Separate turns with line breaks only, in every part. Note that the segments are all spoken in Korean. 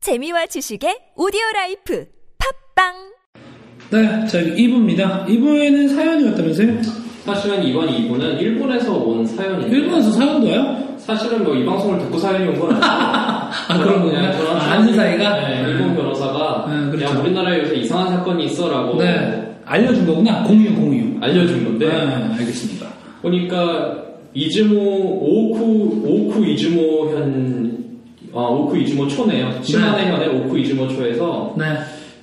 재미와 지식의 오디오 라이프 팝빵!
네, 자 2부입니다. 2부에는 사연이 왔다면서요?
사실은 이번 2부는 일본에서 온 사연인데
일본에서 사연도 와요?
사실은 뭐 이 방송을 듣고 사연이 온 건 아니고
아, 그런 거구나.
저랑
아, 아는 사이가?
네, 일본 변호사가
네, 그렇죠.
야 우리나라에 요새 이상한 사건이 있어라고
네. 알려준 거구나. 공유, 공유.
네,
네.
알려준 건데
알겠습니다.
보니까 이즈모 오쿠 오쿠 이즈모 현 아, 오쿠 이즈모 초네요. 시마네 현의 오쿠 이즈모 초에서
네.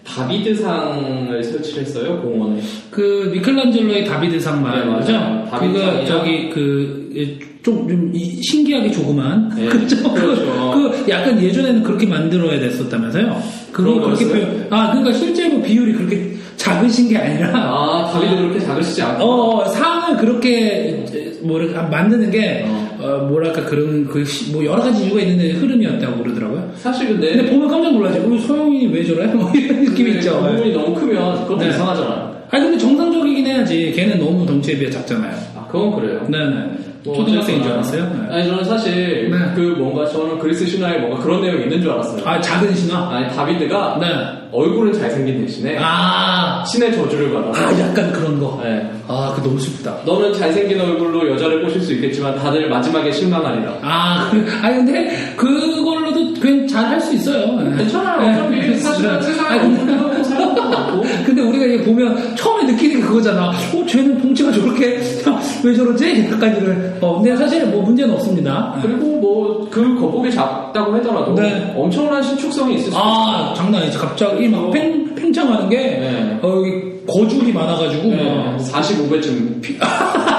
다비드상을 설치했어요 공원에.
그, 미켈란젤로의 다비드상 말하는
네,
거죠?
맞아요.
그거,
다비드상이랑-
저기, 그, 예, 좀, 좀 이- 신기하게 조그만.
네,
그죠?
그렇죠.
그, 그 약간 예전에는 그렇게 만들어야 됐었다면서요? 그거
그런
그렇게
거였어요?
표현- 아, 그러니까 실제로 비율이 그렇게 작으신 게 아니라,
아 다비드 그렇게 작으시지 않고
어, 상을 그렇게 뭐랄까 만드는 게
어.
어, 뭐랄까 그런 그 뭐 여러 가지 이유가 있는데 흐름이었다고 그러더라고요.
사실 근데 그
근데 보면 깜짝 놀라지. 우리 소영이 왜 저래? 뭐 이런
네,
느낌 있죠.
부분이 너무 크면 그것도
네.
이상하잖아.
아니 근데 정상적이긴 해야지. 걔는 너무 덩치에 비해 작잖아요.
아, 그건 그래요.
네네.
뭐
초등학생인 줄
어쨌거나.
알았어요. 네.
아니 저는 사실
네.
그 뭔가 저는 그리스 신화에 뭔가 그런 내용이 있는 줄 알았어요.
아 작은 신화.
아니 다비드가
네.
얼굴은 잘생긴 대신에
아,
신의 저주를
아
받아서
약간 그런 거.
네.
아, 그 너무 슬프다.
너는 잘생긴 얼굴로 여자를 꼬실 수 있겠지만 다들 마지막에 실망하리라.
아, 그, 아니 근데 그걸로도 그냥 잘 할 수 있어요. 네. 네.
괜찮아요. 어차피 사실은
네.
세상에
아니, 근데-
얼굴 하고 사람도 많고
근데 우리가 이게 보면 처음에 느끼는 게 그거잖아. 어, 쟤는 봉치가 저렇게 왜 저러지? 약간 이런. 어, 근데 사실 뭐 문제는 없습니다.
그리고 뭐 그 거북이 작다고 하더라도
네.
엄청난 신축성이 있을 수 있어요.
아 장난 아니지. 갑자기 막 팽, 팽창하는 게
네.
어, 여기 거줄이 많아가지고. 뭐.
네. 45배쯤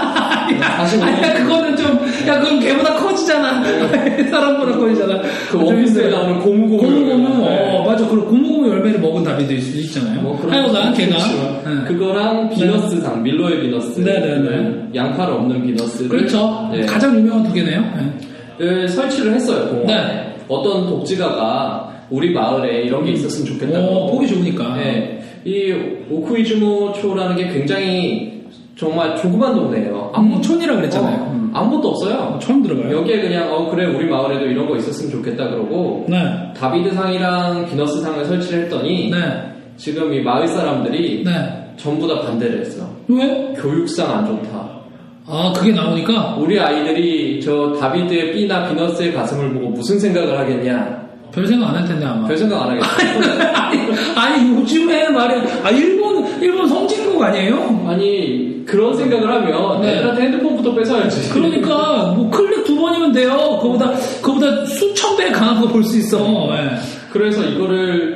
아니, 아니야 그거는 좀 야 그건 걔보다 커지잖아. 사람보다 커지잖아.
그 원피스에 나오는 네. 고무고무
고무고무.
열매.
어 맞아. 그리고 고무고무 열매를 먹은 답이도 있을 수 있잖아요.
뭐 그런
하여간 걔가.
그렇지만
네.
그거랑 비너스상 밀로의 비너스
네, 네, 네.
양파를 없는 비너스를
그렇죠.
네.
가장 유명한 두 개네요. 네.
를 설치를 했어요 공원에
네.
어떤 독지가가 우리 마을에 이런 게 있었으면
어,
좋겠다고
보기 좋으니까.
네. 이 오쿠이즈모초라는 게 굉장히 정말 조그만 동네예요 아무-
촌이라 음. 그랬잖아요.
어,
음.
아무것도 없어요
처음 들어봐요.
여기에 그냥 어 그래 우리 마을에도 이런 거 있었으면 좋겠다 그러고
네.
다비드상이랑 비너스상을 설치를 했더니
네.
지금 이 마을 사람들이
네.
전부 다 반대를 했어요.
왜?
교육상 안 좋다.
아, 그게 나오니까
우리 아이들이 저 다비드의 삐나 비너스의 가슴을 보고 무슨 생각을 하겠냐.
별 생각 안 할 텐데 아마.
별 생각 안 하겠어.
아니, 요즘에 말이야. 아, 일본, 일본 성진국 아니에요?
아니, 그런 생각을 하면
네.
애들한테 핸드폰부터 뺏어야지.
그러니까, 뭐, 클릭 두 번이면 돼요. 그거보다, 그거보다 수천 배 강한 거 볼 수 있어. 네.
그래서 이거를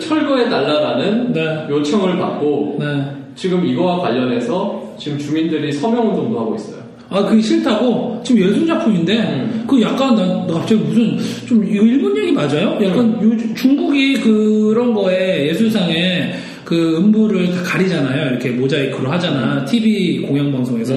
철거해달라라는
네.
요청을 받고
네.
지금 이거와 관련해서 지금 주민들이 서명운동도 하고 있어요.
아, 그게 싫다고? 지금 예술작품인데,
음.
그 약간, 나, 나 갑자기 무슨, 좀, 이거 일본 얘기 맞아요? 약간 요, 중국이 그런 거에 예술상에 그 음부를 다 가리잖아요. 이렇게 모자이크로 하잖아. TV 공영방송에서.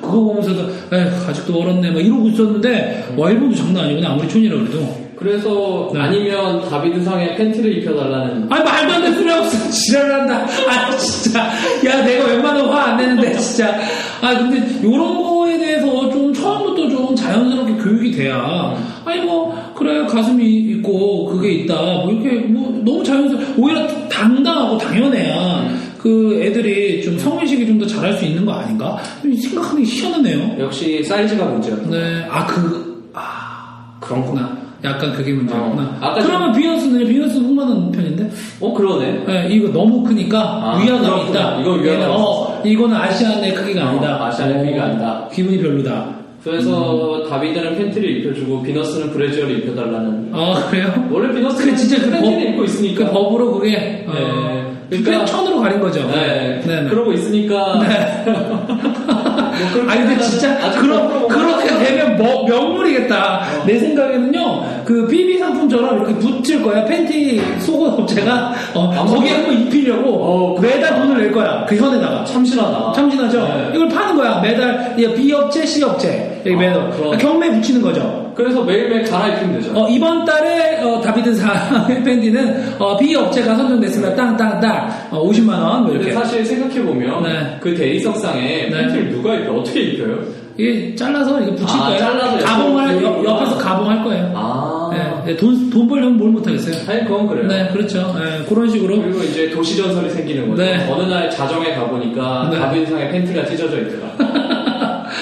그거 보면서도, 에휴, 아직도 멀었네. 막 이러고 있었는데, 와, 일본도 장난 아니구나. 아무리 촌이라 그래도.
그래서
네.
아니면 다비드상에 팬티를 입혀달라는
아, 말도 안 되는 소리 하고 있어. 지랄한다. 아, 진짜. 야, 내가 웬만하면 화 안 내는데, 진짜. 아, 근데, 요런 거에 대해서 좀 처음부터 좀 자연스럽게 교육이 돼야. 아니, 뭐, 그래, 가슴이 있고, 그게 있다. 뭐, 이렇게, 뭐, 너무 자연스럽게. 오히려 당당하고 당연해야. 그 애들이 좀 성인식이 좀 더 잘할 수 있는 거 아닌가? 생각하는 게 희한하네요.
역시 사이즈가 문제였다.
네, 아, 그, 아,
그런 구나
그렇구나. 약간 그게 문제였구나.
어. 아까
그러면 비욘스는요? 비욘스 흑만한 편인데?
어 그러네.
예, 이거 너무 크니까
아,
위화감이
그렇구나.
있다.
이건 위화감이
얘는, 어, 이거는 아시안의 크기가
어,
아니다.
아시안의
어,
크기가 아니다.
기분이 별로다. 음.
그래서 다비드는 팬티를 입혀주고 비너스는 브래지어를 입혀달라는.
아 그래요?
원래 비너스는
그 진짜 그
팬티를
법-
입고 있으니까.
그 법으로 그게 어,
네.
그러니까
그러니까-
천으로 가린 거죠.
네,
네.
그러고 있으니까. 뭐 그렇게
아니 근데
하면은
진짜
아주
그러,
부끄러운
그렇게
거구나.
되면 뭐-
어.
명물이겠다. 내
네.
생각에는요 그 BB 상품처럼 이렇게 붙일 거야 팬티 속옷 업체가 어,
아무거나.
거기에 한번 입히려고
어,
매달 돈을 낼 거야 그 현에다가.
참신하다.
참신하죠.
네.
이걸 파는 거야. 매달 예, B 업체, C 업체 여기
아,
매달
그럼.
경매 붙이는 거죠.
그래서 매일매일 갈아입히면 되죠.
어, 이번 달에 어, 다비드 사 밴디는 어, B 업체가 선정됐으면 땅땅땅 어, 50만 원
근데
이렇게.
사실 생각해보면
네.
그 대리석상에
네.
팬티를 누가 입혀? 어떻게 입혀요?
이게 잘라서 이거 붙일
아,
거예요.
잘라서 옆에
가봉을 옆,
보이는구나.
옆에서 가봉할 거예요.
아.
네, 네, 돈, 돈 벌려면 뭘 못하겠어요.
사실 그건 그래요.
네, 그렇죠. 네, 그런 식으로.
그리고 이제 도시 전설이 생기는 거죠.
네.
어느 날 자정에 가보니까
네.
가빈상에 팬티가 찢어져 있더라.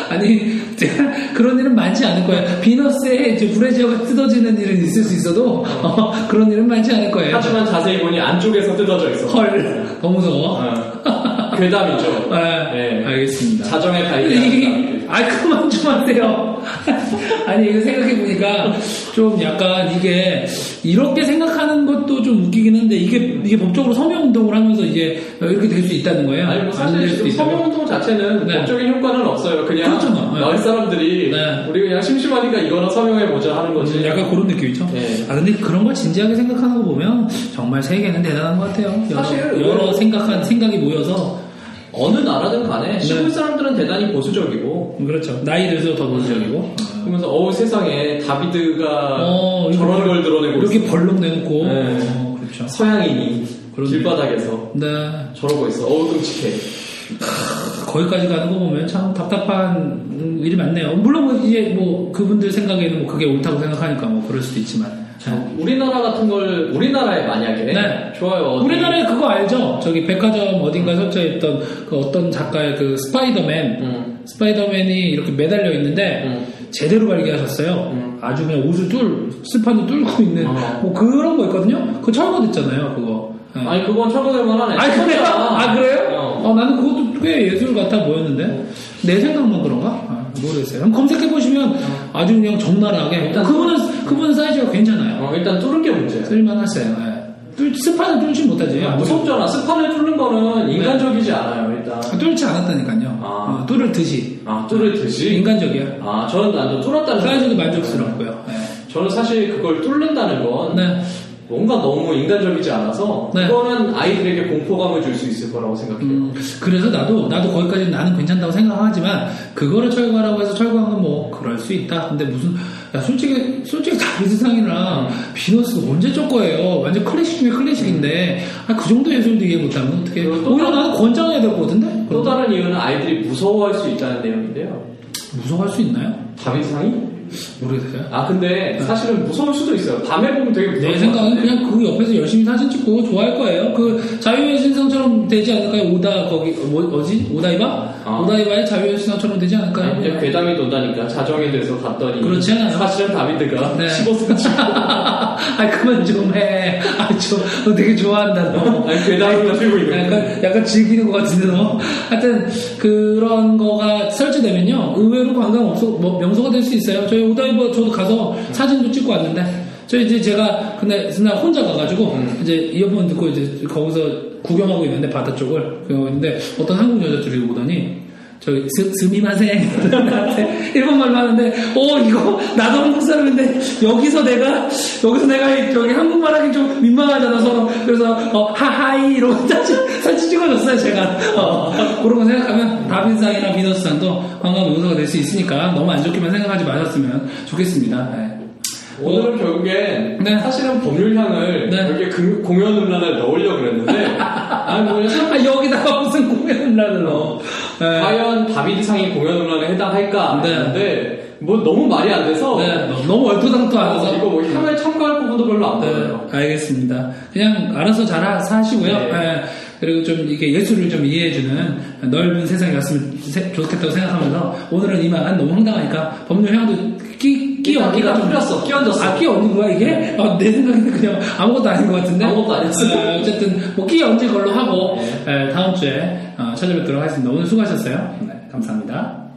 아니, 제가 그런 일은 많지 않을 거예요. 비너스에 이제 브레지어가 뜯어지는 일은 있을 수 있어도, 어, 그런 일은 많지 않을 거예요.
하지만 자세히 보니 안쪽에서 뜯어져 있어.
헐, 너무 무서워.
어. 괴담이죠.
네,
네.
알겠습니다.
자정에
근데
가입니다.
이게, 아, 그만 좀 하세요. 아니, 이거 생각해보니까 좀 약간 이게, 이렇게 생각하는 것도 좀 웃기긴 한데, 이게, 이게 법적으로 서명운동을 하면서 이게 이렇게 될 수 있다는 거예요.
아니 뭐
안
사실
될 수도
지금
있다고.
서명운동 자체는
네.
법적인 효과는 없어요. 그냥
그렇잖아. 네.
마을 사람들이
네. 음,
우리 그냥 심심하니까 이거나 서명해보자 하는 거지.
약간 그런 느낌이죠.
네.
아 근데 그런 걸 진지하게 생각하는 거 보면 정말 세계는 대단한 것 같아요. 여러,
사실 그
여러
의외로-
생각한 생각이 모여서
어느 나라든 간에
네.
시골 사람들은 대단히 보수적이고
그렇죠. 나이 들수록 더 보수적이고.
그러면서 어우 세상에 다비드가
어,
아, 저런
이렇게-
걸 드러내고
이렇게
있어.
벌렁 내놓고.
네.
어, 그렇죠.
서양인이
그러네.
길바닥에서
네.
저러고 있어. 어우 끔찍해.
거기까지 가는 거 보면 참 답답한 음, 일이 많네요. 물론 뭐 이제 뭐 그분들 생각에는 뭐 그게 옳다고 생각하니까 뭐 그럴 수도 있지만. 네.
우리나라 같은 걸 우리나라에 만약에
네.
좋아요. 어디-
우리나라에 그거 알죠? 저기 백화점 어딘가 설치에 있던 그 어떤 작가의 그 스파이더맨.
음.
스파이더맨이 이렇게 매달려 있는데
음.
제대로 발견하셨어요.
음.
아주 그냥 옷을 뚫, 스판도 뚫고 있는
어.
뭐 그런 거 있거든요? 그거 철거됐잖아요, 그거. 네.
음. 아니 그건 철거될 만하네.
아니, 그래요? 아, 그래요?
어.
어, 나는 그것도 꽤 예술 같아 보였는데. 내 생각만 그런가? 아, 모르겠어요. 한번 검색해보시면 아주 그냥 적나라하게.
어. 일단- 음.
그분은, 그분은 사이즈가 괜찮아요.
어, 일단 뚫은 게 문제야.
네. 쓸만하세요. 예. 뚫, 스판은 뚫지 못하지.
야,
아무리-
무섭잖아. 뭐 스판을 뚫는 거는
네.
인간적이지 않아요, 일단.
뚫지 않았다니까요.
아.
어, 뚫을 듯이.
아, 뚫을 듯이?
인간적이야.
아, 저는 난좀 뚫었다는
사이즈도
생각.
만족스럽고요. 예.
저는 사실 그걸 뚫는다는 건
네.
뭔가 너무 인간적이지 않아서
네.
그거는 아이들에게 공포감을 줄 수 있을 거라고 생각해요.
음, 그래서 나도 나도 거기까지 는 나는 괜찮다고 생각하지만 그거를 철거하라고 해서 철거한 건 뭐 그럴 수 있다. 근데 무슨 야 솔직히 솔직히 다비스상이랑 비너스가 언제적 거예요. 완전 클래식 중에 클래식인데 아, 그 정도 예술도 이해 못하면 어떻게?
그리고 또
오히려
다른-
나는 권장해야 될 것 같은데?
또 다른 이유는 아이들이 무서워할 수 있다는 내용인데요.
무서워할 수 있나요?
다빈상이?
모르겠어요.
아, 근데 사실은 무서울 수도 있어요. 밤에 보면 되게 무서워.
네. 내 생각은 그냥 그 옆에서 열심히 사진 찍고 좋아할 거예요. 그 자유의 신상처럼 되지 않을까요? 오다 거기 뭐, 뭐지? 오다이바?
아.
오다이바의 자유의 신상처럼 되지 않을까요?
아니, 그냥 괴담이 돈다니까 자정에 돼서 갔더니
네. 그렇지 않아요?
사실은 다비드가
네.
15cm
아 그만 좀 해. 아저너 되게 좋아한다 너.
아니, 괴담을 들고 있는 거야.
약간 약간 즐기는 것 같은데 너. 하여튼 그런 거가 설치되면요 의외로 관광 업소, 뭐, 명소가 될 수 있어요. 저희 오다이버 저도 가서 사진도 찍고 왔는데 저희 이제 제가 근데 그날 혼자 가가지고 이제 이어폰 듣고 이제 거기서 구경하고 있는데 바다 쪽을 그러고 있는데 어떤 한국 여자 들이 오더니 저기 스, 스미마셍 나한테 일본말로 하는데 어 이거 나도 한국 사람인데 여기서 내가 여기서 내가 저기 한국말 하기 좀 민망하잖아 서로 그래서 어 하하이 이러고 사진, 사진 찍어줬어요 제가 어, 그런 거 생각하면 다빈상이나 비너스상도 관광 명소가 될 수 있으니까 너무 안 좋게만 생각하지 마셨으면 좋겠습니다 네.
오늘은 결국엔
네.
사실은 법률향을
네.
이렇게 금- 공연 음란을 넣으려고 그랬는데 아니 뭐
아, 여기다가 무슨 공연을 나는 어 네.
과연 다비드상이 공연 음란에 해당할까
네.
했는데 뭐 너무 말이 안 돼서
네, 너무 얼토당토 안 해서
이거 뭐 향을 첨가할 부분도 별로 안 보여요.
네, 알겠습니다. 그냥 알아서 잘 하- 사시고요.
네.
예, 그리고 좀 이게 예술을 좀 이해해주는 넓은 세상이 왔으면 세- 좋겠다고 생각하면서 오늘은 이만 너무 황당하니까 법률 향도 끼, 끼
일단
얹기가
일단
좀.
뿌렸어, 끼얹었어.
아, 끼 얹는 거야, 이게? 아, 내 생각에는 그냥 아무것도 아닌 것 같은데.
아무것도 아니었어요.
예, 어쨌든 뭐 끼 얹을 걸로 하고
네.
예, 다음 주에 어, 찾아뵙도록 하겠습니다. 오늘 수고하셨어요. 네, 감사합니다.